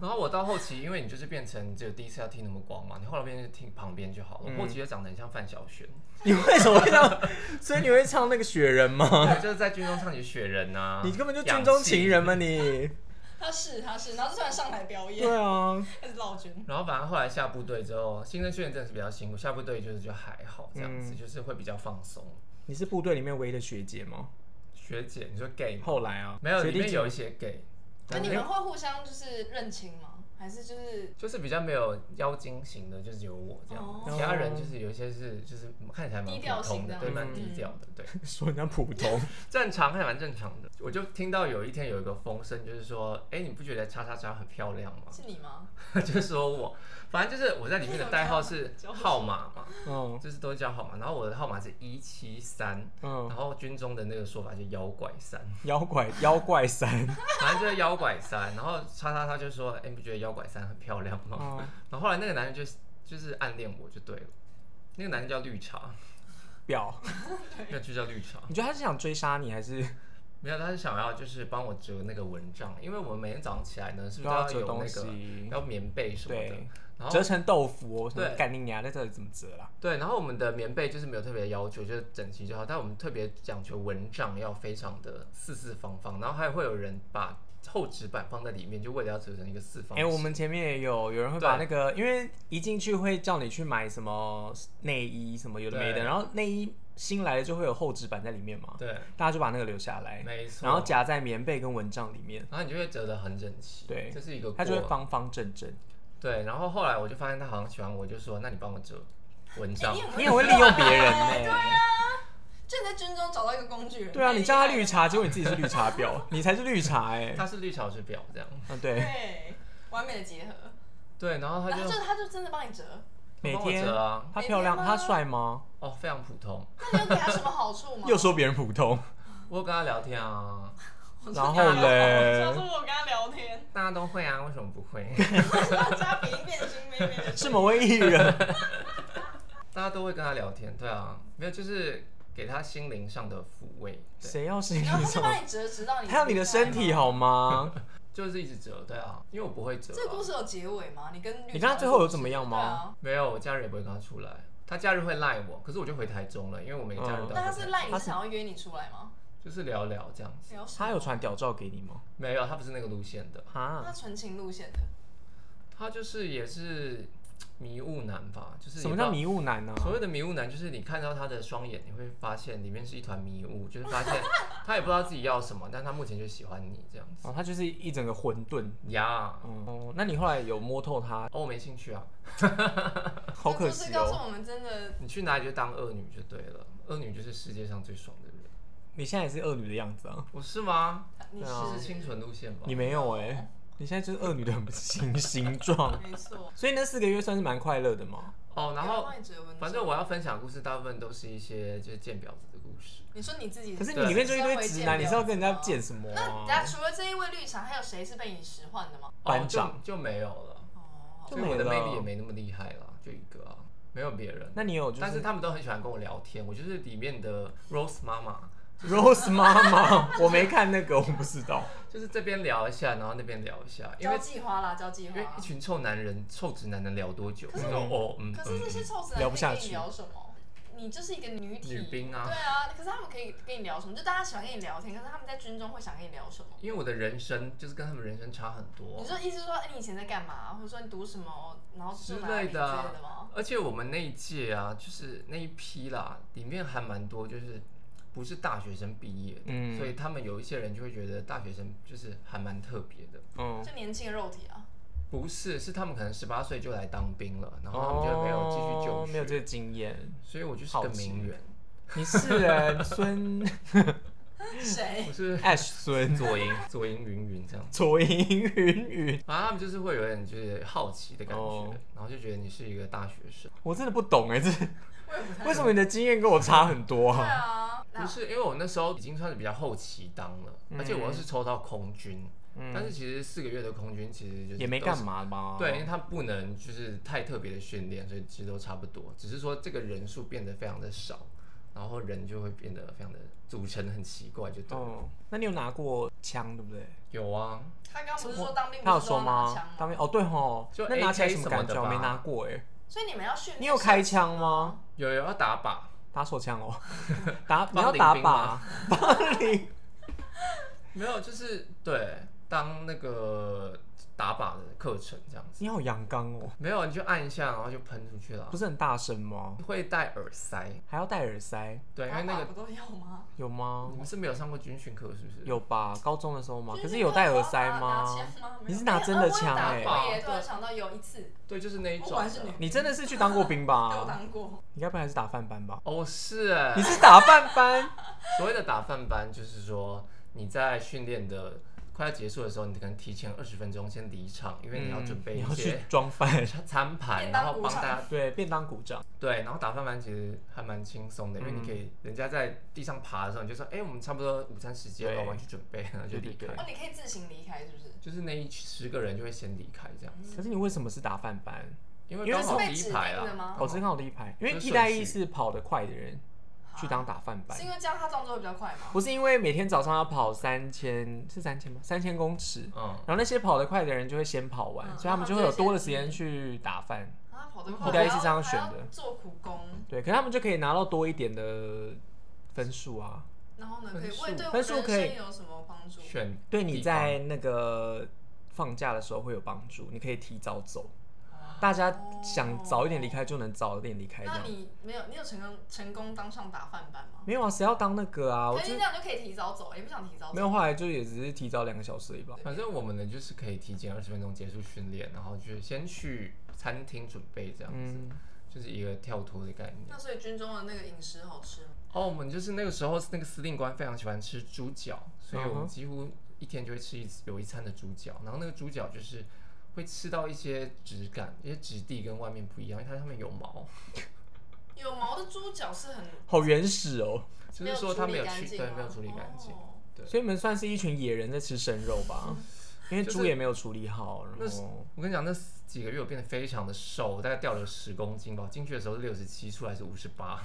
Speaker 3: 然后我到后期，因为你就是变成只有第一次要听那么广嘛，你后来变成听旁边就好了。
Speaker 2: 嗯
Speaker 3: 我后期就长得很像范晓 萱，
Speaker 2: 你为什么会唱？所以你会唱那个雪人吗？
Speaker 3: 对就是在军中唱起雪人啊呐、
Speaker 2: 你根本就军中情人
Speaker 3: 嘛。
Speaker 2: 嘛 你！
Speaker 1: 他是他是，然后就突然上台表演，
Speaker 2: 对啊，
Speaker 1: 开始绕圈。
Speaker 3: 然后反正后来下部队之后，新生训练真的是比较辛苦，下部队就是就还好这样子，
Speaker 2: 嗯
Speaker 3: 就是会比较放松。
Speaker 2: 你是部队里面唯一的学姐吗？
Speaker 3: 学姐，你说 gay 吗
Speaker 2: 后来啊，
Speaker 3: 没有？
Speaker 2: 学
Speaker 3: 里
Speaker 2: 弟
Speaker 3: 面
Speaker 2: 姐
Speaker 3: 有一些 gay，
Speaker 1: 那你们会互相就是认亲吗？还是就是
Speaker 3: 就是比较没有妖精型的，就是有我这样子，
Speaker 2: 哦
Speaker 3: 其他人就是有一些是就是看起来蛮
Speaker 1: 低调
Speaker 3: 普通
Speaker 1: 型
Speaker 3: 的，
Speaker 1: 的
Speaker 3: 对，
Speaker 2: 嗯
Speaker 3: 蛮低调的，对，
Speaker 2: 说人家普通，
Speaker 3: 正常还蛮正常的。我就听到有一天有一个风声，就是说，哎、你不觉得叉叉叉很漂亮 吗？
Speaker 1: 是你吗？
Speaker 3: 就是说我，反正就是我在里面的代号是号码嘛，
Speaker 2: 嗯
Speaker 3: 就是都叫号码，然后我的号码是一七三，然
Speaker 2: 嗯，
Speaker 3: 后军中的那个说法就妖怪三，
Speaker 2: 妖怪妖怪三，
Speaker 3: 反正就是妖怪三，然后叉叉叉就说，哎、你不觉得妖怪三很漂亮吗？
Speaker 2: 嗯，
Speaker 3: 然后后来那个男人就就是暗恋我就对了，那个男人叫绿茶，
Speaker 2: 表，
Speaker 3: 那就叫绿茶。
Speaker 2: 你觉得他是想追杀你还是？
Speaker 3: 没有，他是想要就是帮我折那个蚊帐，因为我们每天早上起来呢，是不
Speaker 2: 都
Speaker 3: 是
Speaker 2: 要
Speaker 3: 要
Speaker 2: 折
Speaker 3: 有
Speaker 2: 东
Speaker 3: 那个
Speaker 2: 西，
Speaker 3: 要棉被什么的
Speaker 2: 对？
Speaker 3: 然后
Speaker 2: 折成豆腐哦，什么
Speaker 3: 对
Speaker 2: 干你娘，在这里怎么折啦？
Speaker 3: 对，然后我们的棉被就是没有特别要求，就是整齐就好，但我们特别讲求蚊帐要非常的四四方方，然后还会有人把厚纸板放在里面，就为了要折成一个四方
Speaker 2: 哎、
Speaker 3: 形。
Speaker 2: 我们前面也有有人会把那个，因为一进去会叫你去买什么内衣什么有的没的，
Speaker 3: 对
Speaker 2: 然后内衣新来的就会有厚纸板在里面嘛，
Speaker 3: 对，
Speaker 2: 大家就把那个留下来，
Speaker 3: 没错。
Speaker 2: 然后夹在棉被跟蚊帐里面，
Speaker 3: 然后你就会折得很整齐，
Speaker 2: 对
Speaker 3: 这是一个
Speaker 2: 它就会
Speaker 3: 过
Speaker 2: 方方正正。
Speaker 3: 对，然后后来我就发现他好像喜欢我，就说那你帮我折蚊
Speaker 1: 哎
Speaker 3: 帐
Speaker 1: 你。很
Speaker 2: 你
Speaker 1: 会
Speaker 2: 也会利用别人
Speaker 1: 啊
Speaker 2: 呢、
Speaker 3: 啊
Speaker 1: 就你在军中找到一个工具人。
Speaker 2: 对啊，
Speaker 1: 太
Speaker 2: 你叫他
Speaker 1: 厉害
Speaker 2: 绿
Speaker 1: 了
Speaker 2: 茶，结果你自己是绿茶婊，你才是绿茶哎、
Speaker 3: 他是绿草是表这样，
Speaker 2: 啊，对，
Speaker 1: 对，完美的结合。
Speaker 3: 对，然后他
Speaker 1: 然后
Speaker 3: 就
Speaker 1: 就他就真的帮你折，
Speaker 2: 每
Speaker 3: 帮我
Speaker 2: 天
Speaker 3: 折啊，
Speaker 2: 他漂亮，
Speaker 1: 每天吗
Speaker 2: 他帅吗？
Speaker 3: 哦，非常普通。
Speaker 1: 那你有给他什么好处吗？
Speaker 2: 又说别人普通，
Speaker 3: 我有跟他聊天啊，
Speaker 1: 我知
Speaker 2: 然
Speaker 1: 道
Speaker 2: 后嘞
Speaker 1: 上次我跟他聊天，
Speaker 3: 大家都会啊，为什么不会？
Speaker 1: 大家比一变心妹妹的
Speaker 2: 是某位艺人，
Speaker 3: 大家都会跟他聊天，对啊，没有就是给他心灵上的抚慰，对，
Speaker 2: 谁要是你
Speaker 1: 然后他
Speaker 2: 什
Speaker 1: 就
Speaker 2: 么？
Speaker 1: 帮你折直到你，
Speaker 2: 还有你的身体。哦 好吗？
Speaker 3: 就是一直折，对啊，因为我不会折、
Speaker 1: 这个故
Speaker 3: 啊，
Speaker 1: 事有结尾吗？你跟绿
Speaker 2: 你跟他最后有怎么样吗？
Speaker 3: 没有，我假日也不会跟他出来，他假日会赖我，可是我就回台中了，因为我每个假日都
Speaker 2: 嗯
Speaker 1: 对啊那他
Speaker 3: 要回台
Speaker 1: 是
Speaker 3: 中、
Speaker 1: 赖你想要约你出来吗？
Speaker 3: 就是聊聊这样子，
Speaker 1: 没有什么
Speaker 2: 他有传屌照给你吗？
Speaker 3: 没有，他不是那个路线的，
Speaker 2: 啊
Speaker 1: 他，纯情路线的，
Speaker 3: 他就是也是迷雾男吧，就是
Speaker 2: 什么叫
Speaker 3: 迷？
Speaker 2: 迷雾啊男呢、
Speaker 3: 所谓的迷雾男，就是你看到他的双眼，你会发现里面是一团迷雾，就是 发现他也不知道自己要什么，但他目前就喜欢你这样子
Speaker 2: 哦，他就是一整个混沌。
Speaker 3: 呀。
Speaker 2: 嗯哦，那你后来有摸透他，
Speaker 3: 哦，我没兴趣啊，
Speaker 2: 好
Speaker 1: 这故
Speaker 2: 可
Speaker 1: 事
Speaker 2: 惜
Speaker 1: 告诉
Speaker 2: 哦。
Speaker 1: 我们真的
Speaker 3: 你去哪里就当恶女就对了，恶女就是世界上最爽的人。
Speaker 2: 你现在也是恶女的样子啊？
Speaker 3: 我是吗？
Speaker 1: 你
Speaker 2: 对啊
Speaker 3: 是
Speaker 1: 是
Speaker 3: 清纯路线吧
Speaker 2: 你？没有哎、你现在就是恶女的形形 状。
Speaker 1: 没错。
Speaker 2: 所以那四个月算是蛮快乐的嘛。
Speaker 3: 哦，然后
Speaker 1: 帮你折蚊
Speaker 3: 反正我要分享的故事，大部分都是一些就是贱婊子的故事。
Speaker 1: 你说你自己，
Speaker 2: 可是你
Speaker 3: 对
Speaker 2: 里面就一堆
Speaker 1: 身为
Speaker 2: 直男，
Speaker 1: 贱
Speaker 2: 你是要跟人家
Speaker 1: 婊子
Speaker 2: 见什么、
Speaker 1: 那等下
Speaker 2: 啊？
Speaker 1: 除了这一位绿茶，还有谁是被你使唤的吗？
Speaker 2: 班
Speaker 3: 哦
Speaker 2: 长
Speaker 3: 就就没有了，
Speaker 1: 哦，好
Speaker 2: 就
Speaker 3: 所以我的
Speaker 2: 没
Speaker 3: 魅
Speaker 2: 了
Speaker 3: 力也没那么厉害啦，就一个啊，没有别人。
Speaker 2: 那你有就
Speaker 3: 但是
Speaker 2: 是
Speaker 3: 他们都很喜欢跟我聊天，我就是里面的 Rose 妈妈，
Speaker 2: Rose 妈妈，我没看那个，我不知道。
Speaker 3: 就是这边聊一下，然后那边聊一下，因
Speaker 1: 交
Speaker 3: 为
Speaker 1: 际啊花啦，交际
Speaker 3: 因
Speaker 1: 花
Speaker 3: 为。一群臭男人、臭直男能聊多久？
Speaker 1: 可是
Speaker 3: 我说哦，嗯，
Speaker 1: 可是这些
Speaker 3: 嗯
Speaker 1: 臭直
Speaker 2: 聊
Speaker 1: 男
Speaker 2: 不
Speaker 1: 可以
Speaker 2: 下
Speaker 1: 跟
Speaker 2: 去
Speaker 1: 你聊什么？你就是一个女体
Speaker 3: 女兵啊
Speaker 1: 对啊。可是他们可以跟你聊什么？就大家喜欢跟你聊天，可是他们在军中会想跟你聊什么？
Speaker 3: 因为我的人生就是跟他们人生差很
Speaker 1: 你
Speaker 3: 多
Speaker 1: 就意思是说，哎、你以前在干嘛？或者说你读什么，然后
Speaker 3: 之
Speaker 1: 住哪里之
Speaker 3: 类
Speaker 1: 类
Speaker 3: 的啊
Speaker 1: 的吗？，
Speaker 3: 而且我们那一届啊，就是那一批啦，里面还蛮多就是不是大学生毕业的，
Speaker 2: 嗯
Speaker 3: 所以他们有一些人就会觉得大学生就是还蛮特别的。
Speaker 2: 嗯，
Speaker 1: 就年轻的肉体 啊。
Speaker 3: 不是，是他们可能十八岁就来当兵了，然后他们就没有继续就
Speaker 2: 哦
Speaker 3: 学，
Speaker 2: 没有这个经验。
Speaker 3: 所以我就是
Speaker 2: 好
Speaker 3: 个
Speaker 2: 奇
Speaker 3: 名媛，
Speaker 2: 你是哎，孙
Speaker 1: 谁
Speaker 3: 我？是
Speaker 2: Ash 孙
Speaker 3: 左营左营云云这样。
Speaker 2: 左营云云，
Speaker 3: 反正他们就是会有点就是好奇的感觉，
Speaker 2: 哦
Speaker 3: 然后就觉得你是一个大学生，
Speaker 2: 我真的不懂哎，这
Speaker 1: 我也不太
Speaker 2: 为什么你的经验跟我差很多
Speaker 1: 对
Speaker 2: 啊？
Speaker 1: 啊。那
Speaker 3: 不是因为我那时候已经算是比较后期当了，
Speaker 2: 嗯
Speaker 3: 而且我又是抽到空军，但
Speaker 2: 嗯，
Speaker 3: 是其实四个月的空军其实就是
Speaker 2: 也没
Speaker 3: 都是
Speaker 2: 干。嘛吧？
Speaker 3: 对，因为他不能就是太特别的训练，所以其实都差不多，只是说这个人数变得非常的少，然后人就会变得非常的组成很奇怪，就对了。
Speaker 2: 哦，那你有拿过枪对不对？
Speaker 3: 有啊，
Speaker 1: 他刚不是说当兵
Speaker 2: 他有
Speaker 1: 不是都要
Speaker 2: 说
Speaker 1: 拿
Speaker 2: 吗
Speaker 1: 枪？啊
Speaker 2: 当面哦，对吼，
Speaker 3: 就
Speaker 2: 那拿起来
Speaker 3: AK
Speaker 2: 什么感觉？
Speaker 3: 什么的
Speaker 2: 我
Speaker 3: 吧
Speaker 2: 没拿过哎，
Speaker 1: 所以你们要训练？
Speaker 2: 你有开枪吗？
Speaker 3: 有有要打靶，
Speaker 2: 打手枪 哦，打你
Speaker 3: 帮
Speaker 2: 要
Speaker 3: 林
Speaker 2: 打
Speaker 3: 兵
Speaker 2: 靶
Speaker 3: 吗，
Speaker 2: 帮你
Speaker 3: 没有就是对当那个打靶的课程这样子。
Speaker 2: 你好阳刚哦，
Speaker 3: 没有，你就按一下，然后就喷出
Speaker 1: 啊
Speaker 3: 去了
Speaker 2: 不。是很大声吗？
Speaker 3: 会戴耳塞，
Speaker 2: 还要戴耳塞，
Speaker 3: 对，因
Speaker 1: 打
Speaker 3: 为那
Speaker 1: 靶
Speaker 3: 个
Speaker 1: 不
Speaker 2: 哦
Speaker 1: 都要吗？
Speaker 2: 有吗
Speaker 3: 你？们是没有上过军训课，是不是？
Speaker 2: 有吧，高中的时候吗？
Speaker 1: 就
Speaker 2: 可
Speaker 1: 是
Speaker 2: 是有戴耳塞
Speaker 1: 拿
Speaker 2: 吗？
Speaker 1: 枪吗？没有
Speaker 2: 你是拿真的枪
Speaker 1: 哎呃我
Speaker 2: 欸
Speaker 1: 有打过耶！突然想到有一次，
Speaker 3: 对，就是那一种
Speaker 1: 不
Speaker 3: 的。
Speaker 1: 管是女，
Speaker 2: 你真的是去当过 兵
Speaker 1: 都有
Speaker 2: 吧？
Speaker 1: 当过。
Speaker 2: 你该不会还是打饭班吧？
Speaker 3: 哦，是哎
Speaker 2: 你。是打饭班？
Speaker 3: 所谓的打饭班，就是说你在训练的快要结束的时候，你可能提前二十分钟先离场， 因为你要准备
Speaker 2: 嗯你
Speaker 3: 一
Speaker 2: 要去
Speaker 3: 些
Speaker 2: 装饭，
Speaker 3: 餐盘，
Speaker 1: 便当
Speaker 3: 然后
Speaker 1: 鼓
Speaker 3: 帮
Speaker 1: 掌
Speaker 3: 大家
Speaker 2: 对，便当鼓掌。
Speaker 3: 对，然后打饭班其实还蛮轻松的，因为
Speaker 2: 嗯
Speaker 3: 你可以人家在地上爬的时候，你就说，哎、我们差不多午餐时间了，
Speaker 2: 对
Speaker 3: 我们去准备，然后就
Speaker 2: 对对
Speaker 3: 离开。
Speaker 2: 对
Speaker 1: 哦，你可以自行离开，是不是？嗯
Speaker 3: 就是那一十个人就会先离开这样，
Speaker 2: 可是你为什么是打饭班？
Speaker 3: 因为
Speaker 2: 因为
Speaker 3: 刚
Speaker 2: 是
Speaker 3: 好
Speaker 1: 被
Speaker 3: 第
Speaker 1: 指
Speaker 3: 一排啊
Speaker 1: 定的吗
Speaker 3: 啦。
Speaker 2: 我真看我第一排，因为
Speaker 3: 这是
Speaker 2: 替代
Speaker 3: 顺
Speaker 2: 役
Speaker 3: 序
Speaker 2: 是跑得快的人去当打饭班
Speaker 1: 啊是，因为这样他动作会比较快吗？
Speaker 2: 不是因为每天早上要跑三千，是三千吗？三千公尺。
Speaker 3: 嗯，
Speaker 2: 然后那些跑得快的人就会先跑完，
Speaker 1: 嗯
Speaker 2: 所以他们就会有多的时间去打饭。
Speaker 1: 啊，跑得快，
Speaker 2: 应该是这样选的
Speaker 1: 还要做苦工，
Speaker 2: 对，可是他们就可以拿到多一点的分数啊。
Speaker 1: 然后呢，可以
Speaker 3: 分数
Speaker 1: 为对我
Speaker 2: 分数
Speaker 1: 人
Speaker 2: 可以
Speaker 1: 生有什么帮助？
Speaker 3: 选
Speaker 2: 对你
Speaker 3: 地方
Speaker 2: 在那个放假的时候会有帮助，你可以提早走。大家想早一点离开就能早一点离开，这
Speaker 1: 哦那
Speaker 2: 样
Speaker 1: 你没有，你有成功成功当上打饭班吗？
Speaker 2: 没有啊？谁要当那个啊？我
Speaker 1: 可是
Speaker 2: 就
Speaker 1: 这样就可以提早走，也不想提早走。
Speaker 2: 没有，后来就也只是提早两个小时而已吧。
Speaker 3: 反正我们呢，就是可以提前二十分钟结束训练，然后就先去餐厅准备这样子，
Speaker 2: 嗯，
Speaker 3: 就是一个跳脱的概念。
Speaker 1: 那所以军中的那个饮食好吃吗？
Speaker 3: 哦，我们就是那个时候那个司令官非常喜欢吃猪脚，所以我
Speaker 2: 嗯哼
Speaker 3: 们几乎一天就会吃一有一餐的猪脚，然后那个猪脚就是会吃到一些质感，一些质地跟外面不一样，因为它上面有毛，
Speaker 1: 有毛的猪脚是很
Speaker 2: 好原始哦。
Speaker 3: 就
Speaker 1: 没
Speaker 3: 是
Speaker 1: 有
Speaker 3: 说它没有
Speaker 1: 处理干
Speaker 3: 去
Speaker 1: 净
Speaker 3: 对
Speaker 1: 吗
Speaker 3: 没有处理干净。
Speaker 1: 哦
Speaker 3: 对
Speaker 2: 所以你们算是一群野人在吃生肉吧？因为
Speaker 3: 就是
Speaker 2: 猪也没有处理好，
Speaker 3: 那
Speaker 2: 然
Speaker 3: 是
Speaker 2: 后
Speaker 3: 我跟你讲，那几个月我变得非常的瘦，我大概掉了十公斤吧。我进去的时候是六十七，出来是五十八，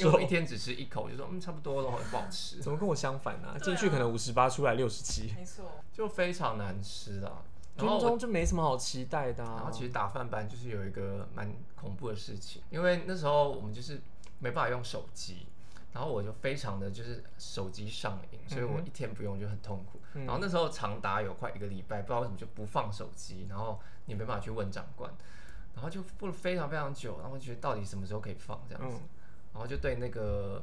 Speaker 3: 因为我一天只吃一口，就说嗯差不多了，好像不好吃，
Speaker 2: 怎么跟我相反呢、啊？
Speaker 1: 对啊
Speaker 2: 进去可能五十八，出来六十七，
Speaker 1: 没错，
Speaker 3: 就非常难吃啦。然
Speaker 2: 军
Speaker 3: 后我
Speaker 2: 中就没什么好期待的、啊。
Speaker 3: 然后其实打饭班就是有一个蛮恐怖的事情，因为那时候我们就是没办法用手机，然后我就非常的就是手机上瘾，所以我一天不用就很痛苦。
Speaker 2: 嗯
Speaker 3: 然后那时候长达有快一个礼拜，不知道为什么就不放手机，然后你没办法去问长官，然后就过了非常非常久，然后我觉得到底什么时候可以放这样
Speaker 2: 嗯
Speaker 3: 子，然后就对那个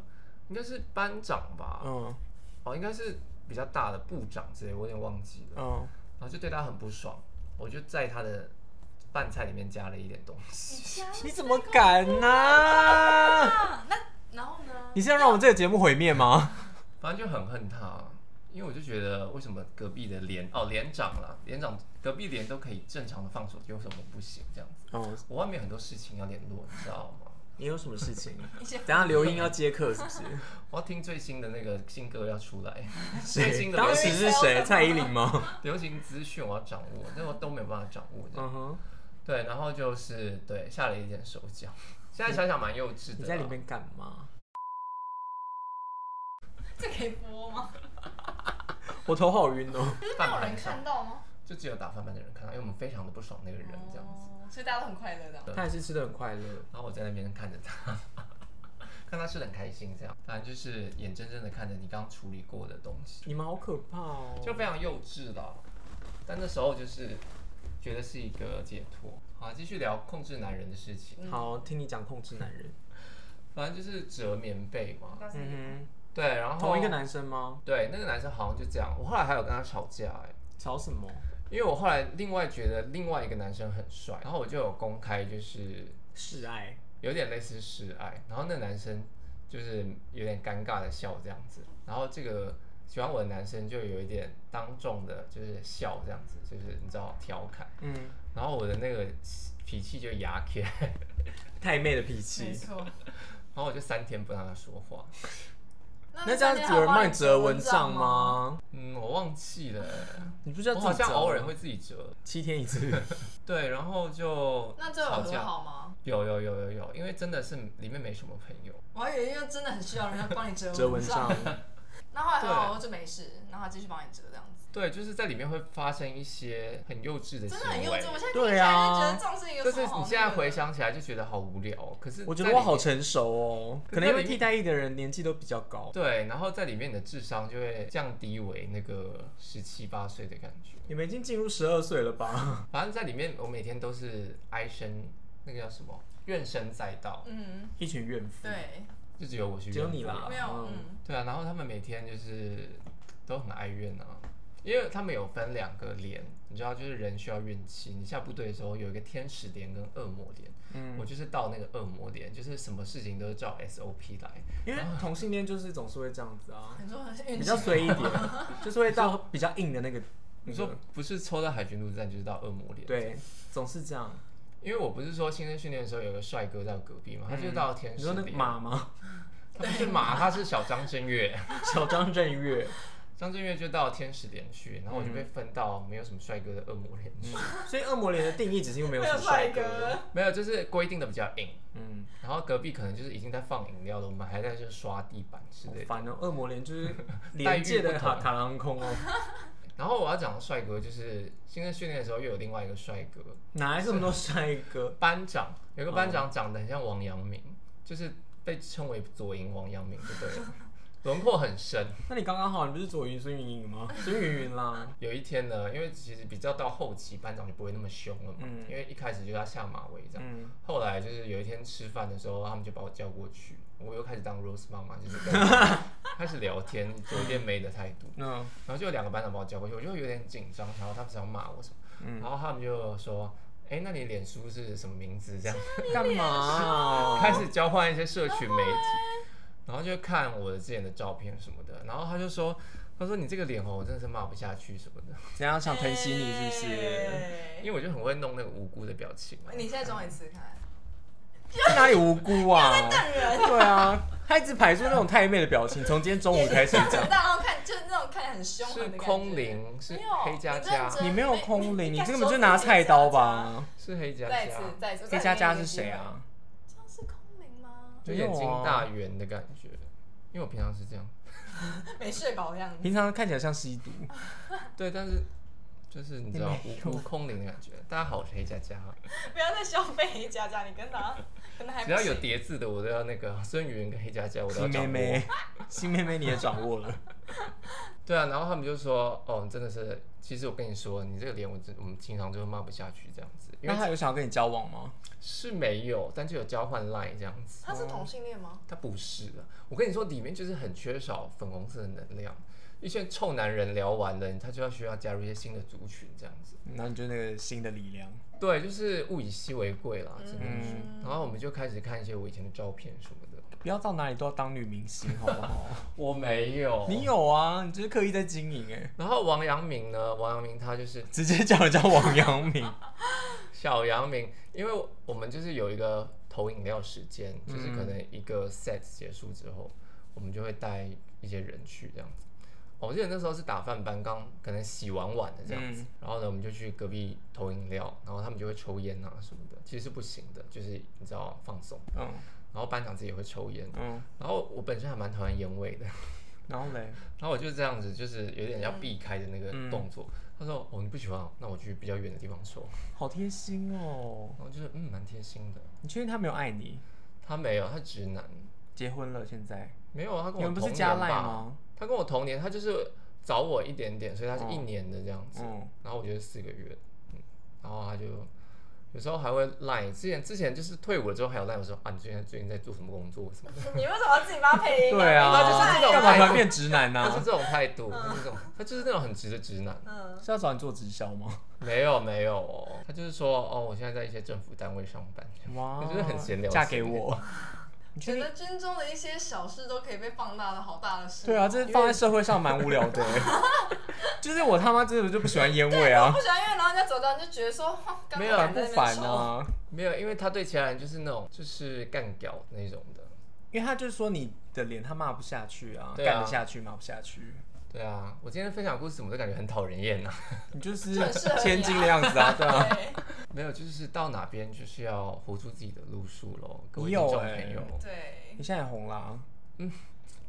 Speaker 3: 应该是班长吧，
Speaker 2: 嗯
Speaker 3: 哦应该是比较大的部长之类，我有点忘记了。
Speaker 2: 嗯，
Speaker 3: 然后就对他很不爽，我就在他的饭菜里面加了一点东西。
Speaker 2: 你怎么敢呢、
Speaker 1: 啊？那然后呢？
Speaker 2: 你是要让我们这个节目毁灭吗？
Speaker 3: 反正就很恨他，因为我就觉得为什么隔壁的连哦连长啦，连长隔壁连都可以正常的放手机，为什么我不行？这样子，
Speaker 2: 哦，
Speaker 3: 我外面有很多事情要联络，你知道吗？
Speaker 2: 你有什么事情？
Speaker 1: 一些
Speaker 2: 等下刘英要接客是不是？
Speaker 3: 我要听最新的那个新歌要出来，最
Speaker 2: 谁？
Speaker 3: 新的
Speaker 2: 当
Speaker 3: 流
Speaker 2: 时
Speaker 3: 行
Speaker 2: 是谁？蔡依林吗？
Speaker 3: 流行资讯我要掌握，但我都没有办法掌握这样。
Speaker 2: 嗯哼，
Speaker 3: 对，然后就是对下了一点手脚，现在想想蛮幼稚的啦。
Speaker 2: 你在里面干嘛？
Speaker 1: 这可以播吗？
Speaker 2: 我头好晕哦。
Speaker 1: 可是没
Speaker 3: 饭
Speaker 1: 有
Speaker 3: 盘
Speaker 1: 人
Speaker 3: 上
Speaker 1: 看到吗？
Speaker 3: 就只有打饭班的人看到，因为我们非常的不爽那个人这样子。
Speaker 1: 哦，所以大家都很快乐的。
Speaker 2: 他也是吃的很快乐。
Speaker 3: 然后我在那边看着他，看他吃的很开心这样，反正就是眼睁睁的看着你刚处理过的东西，
Speaker 2: 你们好可怕哦！
Speaker 3: 就非常幼稚啦。但那时候就是觉得是一个解脱。好，继续聊控制男人的事情，
Speaker 1: 嗯
Speaker 2: 好，嗯听你讲控制男人。
Speaker 3: 反正就是折棉被嘛。
Speaker 1: 那是
Speaker 2: 嗯
Speaker 3: 对，然
Speaker 2: 哼，
Speaker 3: 后
Speaker 2: 同一个男生吗？
Speaker 3: 对那个男生好像就这样，我后来还有跟他吵架哎、
Speaker 2: 吵什么？
Speaker 3: 因为我后来另外觉得另外一个男生很帅，然后我就有公开就是
Speaker 2: 示爱。
Speaker 3: 有点类似示爱，然后那男生就是有点尴尬的笑这样子，然后这个喜欢我的男生就有一点当众的就是笑这样子，就是你知道调侃，
Speaker 2: 嗯，
Speaker 3: 然后我的那个脾气就牙起来，
Speaker 2: 太妹的脾
Speaker 1: 没
Speaker 2: 气。
Speaker 1: 错，
Speaker 3: 然后我就三天不让他说话，
Speaker 1: 那
Speaker 2: 那这样子有人帮你折蚊帐？吗？
Speaker 3: 嗯，我忘记了欸，
Speaker 2: 你不是要
Speaker 3: 我
Speaker 2: 自
Speaker 3: 好
Speaker 2: 己折
Speaker 3: 像
Speaker 2: 吗？
Speaker 3: 偶尔会自己折。
Speaker 2: 七天一次，
Speaker 3: 对，然后就
Speaker 1: 那这有
Speaker 3: 吵
Speaker 1: 很
Speaker 3: 架，
Speaker 1: 好吗？
Speaker 3: 有有有有有，因为真的是里面没什么朋友。
Speaker 1: 我还以为因为真的很需要人家帮你折
Speaker 2: 折蚊 帐。
Speaker 1: 那后来
Speaker 3: 对
Speaker 1: 很好，就没事，然后他继续帮你折这样子，
Speaker 3: 对，就是在里面会发生一些很幼稚的行
Speaker 1: 真
Speaker 3: 为，
Speaker 1: 的很幼稚。我现在听起
Speaker 2: 对
Speaker 1: 来
Speaker 2: 啊
Speaker 1: 就觉得这种事情有
Speaker 3: 就
Speaker 1: 什
Speaker 3: 是
Speaker 1: 么好
Speaker 3: 你
Speaker 1: 那
Speaker 3: 现在
Speaker 1: 个
Speaker 3: 回
Speaker 1: 的
Speaker 3: 想起来就觉得好无聊，哦可是
Speaker 2: 我觉
Speaker 3: 在
Speaker 2: 得
Speaker 3: 里
Speaker 2: 我好
Speaker 3: 面
Speaker 2: 成熟哦，
Speaker 3: 可
Speaker 2: 可
Speaker 3: 是
Speaker 2: 能因
Speaker 3: 在
Speaker 2: 为
Speaker 3: 里
Speaker 2: 替
Speaker 3: 面
Speaker 2: 代役的人年纪都比较高。
Speaker 3: 对，然后在里面你的智商就会降低为那个十七八岁的感觉。
Speaker 2: 你们已经进入十二岁了吧？
Speaker 3: 反正在里面，我每天都是唉声，那个叫什么怨声载道，
Speaker 1: 嗯，
Speaker 2: 一群怨妇，
Speaker 1: 对，
Speaker 3: 就只有我是
Speaker 2: 只有
Speaker 3: 怨
Speaker 2: 你
Speaker 3: 妇
Speaker 2: 啦
Speaker 1: 没有，
Speaker 2: 嗯
Speaker 1: 嗯，
Speaker 3: 对啊，然后他们每天就是都很哀怨啊，因为他们有分两个连，你知道，就是人需要怨气。你下部队的时候有一个天使连跟恶魔连，
Speaker 2: 嗯
Speaker 3: 我，就是到那个恶魔连，就是什么事情都是照 SOP 来。
Speaker 2: 因为同性恋就是总是会这样子啊，
Speaker 1: 你嗯说很运
Speaker 2: 比
Speaker 1: 气
Speaker 2: 较随意一点，就是会到比较硬的那个。
Speaker 3: 你说不是抽到海军陆战就是到恶魔连，
Speaker 2: 对，总是这样。
Speaker 3: 因为我不是说新生训练的时候有个帅哥在我隔壁嘛，他就是到天
Speaker 2: 嗯你
Speaker 3: 使
Speaker 2: 说那
Speaker 3: 连，
Speaker 2: 个马吗？
Speaker 3: 他不是马， 他是小张震岳。
Speaker 2: 小张震岳，
Speaker 3: 张震岳就到天使连去，然后我就被分到没有什么帅哥的恶魔连去，
Speaker 2: 所以恶魔脸的定义只是因为没有
Speaker 1: 没
Speaker 2: 什
Speaker 1: 有
Speaker 2: 么帅
Speaker 1: 帅哥。
Speaker 3: 没有，就是规定的比较硬。
Speaker 2: 嗯，
Speaker 3: 然后隔壁可能就是已经在放饮料了，我们还在就是刷地板之
Speaker 2: 好
Speaker 3: 类的。
Speaker 2: 烦哦，恶魔脸就是
Speaker 3: 待
Speaker 2: 连
Speaker 3: 遇
Speaker 2: 界的
Speaker 3: 不
Speaker 2: 卡
Speaker 3: 同
Speaker 2: 卡拉空哦，
Speaker 3: 然后我要讲的帅哥，就是新生训练的时候又有另外一个帅哥，
Speaker 2: 哪来这么多帅哥？
Speaker 3: 班长有个班长长得很像王阳明，就是被称为左营王阳明，就对
Speaker 2: 哦
Speaker 3: 了，轮廓很深。
Speaker 2: 那你刚刚好，你不是左云孙云影吗？孙云云啦，
Speaker 3: 有一天呢，因为其实比较到后期，班长就不会那么凶了嘛，
Speaker 2: 嗯
Speaker 3: 因为一开始就要下马威这样。
Speaker 2: 嗯，
Speaker 3: 后来就是有一天吃饭的时候，他们就把我叫过去，我又开始当 Rose 妈妈，就是跟 开始聊天，有一点没的态度。
Speaker 2: 那
Speaker 3: 然后就有两个班长把我叫过去，我就有点紧张，然后他们想骂我什么，
Speaker 2: 嗯
Speaker 3: 然后他们就说：“哎、那你脸书是什么名字？”这样
Speaker 2: 干嘛啊？
Speaker 3: 开始交换一些社群媒体，然后就看我的之前的照片什么的，然后他就说：“他说你这个脸哦，我真的是骂不下去什么的，
Speaker 2: 怎样想疼惜你是不是？
Speaker 1: 哎
Speaker 3: 因为我就很会弄那个无辜的表情。”
Speaker 1: 你现在装一次看，
Speaker 2: 这哪里无辜啊？
Speaker 1: 看人，
Speaker 2: 对啊，他一直排出那种太妹的表情，从今天中午开始讲。
Speaker 1: 大然后看就是那种看起来很凶狠
Speaker 3: 是
Speaker 1: 的感觉
Speaker 3: 空，灵，是
Speaker 1: 没有
Speaker 3: 黑加
Speaker 1: 你认
Speaker 3: 加，
Speaker 1: 真
Speaker 2: 你没有空灵，
Speaker 1: 你
Speaker 2: 你根本就拿菜刀吧？
Speaker 3: 是黑加
Speaker 1: 再一
Speaker 3: 加
Speaker 2: 啊
Speaker 1: 次，，再一次，
Speaker 2: 黑佳佳是谁啊？
Speaker 1: 这样是空灵吗？
Speaker 3: 就眼睛
Speaker 2: 没有啊
Speaker 3: 大圆的感觉。因为我平常是这样，
Speaker 1: 没睡饱的样子。
Speaker 2: 平常看起来像吸毒，
Speaker 1: 啊
Speaker 3: 对，但是就是你知道
Speaker 2: 你没啊
Speaker 3: 无无空灵的感觉。大家好，我是黑加加，
Speaker 1: 不要再消费佳佳，你跟 他跟他还
Speaker 3: 只
Speaker 1: 不
Speaker 3: 要有
Speaker 1: 行
Speaker 3: 叠字的，我都要那个孙宇文跟黑加加，我都要
Speaker 2: 新妹
Speaker 3: 掌握。
Speaker 2: 妹，新妹妹你也掌握了，
Speaker 3: 对啊，然后他们就说，哦，真的是，其实我跟你说，你这个脸，我真我们经常就会骂不下去这样子，因
Speaker 2: 那
Speaker 3: 为
Speaker 2: 他有想要跟你交往吗？
Speaker 3: 是没有，但就有交换 line 这样子。
Speaker 1: 他是同性恋吗？
Speaker 3: 他不是啊，我跟你说，里面就是很缺少粉红色的能量。一些臭男人聊完了，他就要需要加入一些新的族群这样子。
Speaker 2: 然后你就那个新的力量，
Speaker 3: 对，就是物以稀为贵啦，只能说。
Speaker 1: 嗯
Speaker 3: 然后我们就开始看一些我以前的照片什么的。
Speaker 2: 不要到哪里都要当女明星，好不好？
Speaker 3: 我没有
Speaker 2: 你有啊，你就是刻意在经营哎、
Speaker 3: 然后王阳明呢？王阳明他就是
Speaker 2: 直接叫人家王阳明，
Speaker 3: 小阳明，因为我们就是有一个投饮料时间，就是可能一个 set 结束之后，我们就会带一些人去这样子。哦我记得那时候是打饭班，刚可能洗完碗的这样子，然后呢，我们就去隔壁投饮料，然后他们就会抽烟啊什么的，其实是不行的，就是你知道放松。
Speaker 2: 嗯
Speaker 3: 然后班长自己也会抽烟，
Speaker 2: 嗯，
Speaker 3: 然后我本身还蛮讨厌烟味的，
Speaker 2: 然后嘞，
Speaker 3: 然后我就这样子，就是有点要避开的那个
Speaker 2: 嗯
Speaker 3: 动作。他说：“哦，你不喜欢哦，那我去比较远的地方抽。
Speaker 2: 好贴心哦”，
Speaker 3: 然后就是嗯，蛮贴心的。
Speaker 2: 你确定他没有爱你？
Speaker 3: 他没有，他直男，
Speaker 2: 结婚了现在，
Speaker 3: 没有啊，他跟
Speaker 2: 你
Speaker 3: 我
Speaker 2: 们
Speaker 3: 同
Speaker 2: 不是
Speaker 3: 年
Speaker 2: 加赖
Speaker 3: 吧？
Speaker 2: 吗？
Speaker 3: 他跟我同年，他就是早我一点点，所以他是
Speaker 2: 哦
Speaker 3: 一年的这样子。
Speaker 2: 嗯，
Speaker 3: 然后我就是四个月，嗯，然后他就有时候还会赖。之前之前就是退伍了之后还有赖我说啊，你最近最近在做什么工作什么的，
Speaker 1: 你为什么要自己帮他配音？
Speaker 2: 对啊，
Speaker 3: 那就是这种
Speaker 2: 干嘛突然变直男呢、
Speaker 3: 他是这种态度，
Speaker 2: 嗯
Speaker 3: 他是这种，他就是那种很直的直男。啊
Speaker 1: 嗯，
Speaker 2: 是要找你做直销吗？
Speaker 3: 没有没有哦，他就是说哦，我现在在一些政府单位上班，
Speaker 2: 哇，
Speaker 3: 就是很闲聊
Speaker 2: 嫁给我。你确
Speaker 1: 觉
Speaker 2: 定？
Speaker 1: 得军中的一些小事都可以被放大的好大的事。
Speaker 2: 对啊，这放在社会上蛮无聊的。 就是我他妈真的就不喜欢烟味
Speaker 1: 我
Speaker 2: 啊
Speaker 1: 不，喜欢，因为然后人家走掉，你就觉得说，哼干嘛
Speaker 3: 没有
Speaker 2: 烦
Speaker 1: 敢
Speaker 2: 不
Speaker 1: 在那边
Speaker 2: 烦
Speaker 1: 抽？
Speaker 2: 啊？
Speaker 3: 没有，因为他对其他人就是那种就是干屌那种的，
Speaker 2: 因为他就是说你的脸，他骂不下去啊，
Speaker 3: 对啊
Speaker 2: 干、得下去，骂不下去。
Speaker 3: 对啊，我今天分享故事，怎么都感觉很讨人厌啊。
Speaker 2: 你就是
Speaker 1: 这很适合你啊
Speaker 2: 千金的样子啊，对 啊。
Speaker 1: 对
Speaker 3: 没有，就是到哪边就是要活出自己的路数喽。各
Speaker 2: 你
Speaker 3: 位听
Speaker 2: 有
Speaker 3: 众
Speaker 2: 欸
Speaker 3: 朋友，
Speaker 1: 对，
Speaker 2: 你现在也红啦，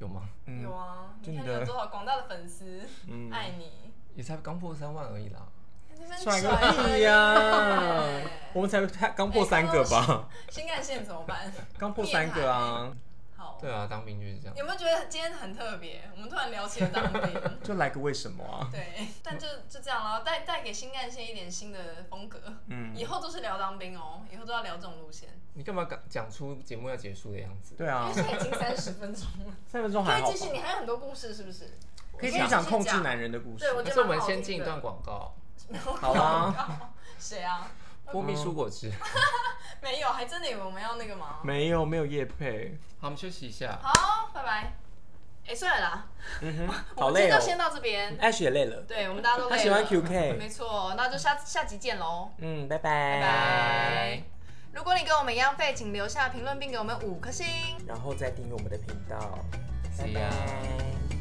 Speaker 3: 有吗？
Speaker 2: 嗯
Speaker 1: 有啊，
Speaker 2: 就
Speaker 1: 你
Speaker 2: 你
Speaker 1: 看
Speaker 2: 的
Speaker 1: 有多少广大的粉丝
Speaker 2: 嗯，
Speaker 1: 爱你，
Speaker 3: 也才刚破三万而已啦。
Speaker 1: 那边
Speaker 2: 帅
Speaker 1: 甩而
Speaker 2: 个
Speaker 1: 已
Speaker 2: 屁呀
Speaker 1: 对！
Speaker 2: 我们才才刚破三个吧，
Speaker 1: 新干线怎么办？
Speaker 2: 刚破三个啊，
Speaker 1: 好，
Speaker 3: 对啊，当兵就是这样。
Speaker 1: 有没有觉得今天很特别？我们突然聊起了当 兵。
Speaker 2: 就来个为什么啊？
Speaker 1: 对，但就就这样了，带带给新干线一点新的风格。
Speaker 2: 嗯，
Speaker 1: 以后都是聊当兵哦，以后都要聊这种路线，
Speaker 3: 你干嘛讲讲出节目要结束的样子？
Speaker 2: 对
Speaker 1: 因
Speaker 2: 啊
Speaker 1: 为，现在已经三十分钟了。
Speaker 2: 三分钟还
Speaker 1: 可以
Speaker 2: 好
Speaker 1: 继
Speaker 2: 吧，
Speaker 1: 续，你还有很多故事是不是？
Speaker 2: 可以
Speaker 1: 我
Speaker 2: 继
Speaker 1: 讲
Speaker 2: 续讲控制男人的故事
Speaker 1: 对，我
Speaker 3: 但
Speaker 1: 觉
Speaker 3: 是
Speaker 1: 得
Speaker 3: 我们
Speaker 1: 蛮好
Speaker 3: 先
Speaker 1: 听
Speaker 3: 进一
Speaker 1: 的
Speaker 3: 段广告。
Speaker 2: 好啊，
Speaker 1: 谁啊？
Speaker 3: 波蜜蔬果汁。
Speaker 1: 没有，还真的以为我们要那个吗？
Speaker 2: 没有没有叶配，
Speaker 3: 好，我们休息一下。
Speaker 1: 好，拜拜。哎，算了啦，
Speaker 2: 嗯哼，
Speaker 1: 我
Speaker 2: 好
Speaker 1: 们今
Speaker 2: 累
Speaker 1: 天
Speaker 2: 哦
Speaker 1: 就先到这边。
Speaker 2: ，Ash 也累了，
Speaker 1: 对，我们大家都累
Speaker 2: 他喜欢
Speaker 1: 了
Speaker 2: QK
Speaker 1: 没错，那就下下集见喽，
Speaker 2: 嗯，拜
Speaker 1: 拜
Speaker 2: 拜
Speaker 1: 拜。如果你跟我们一样废，请留下评论并给我们五颗星。
Speaker 2: 然后再订阅我们的频道，
Speaker 3: See ya
Speaker 2: 拜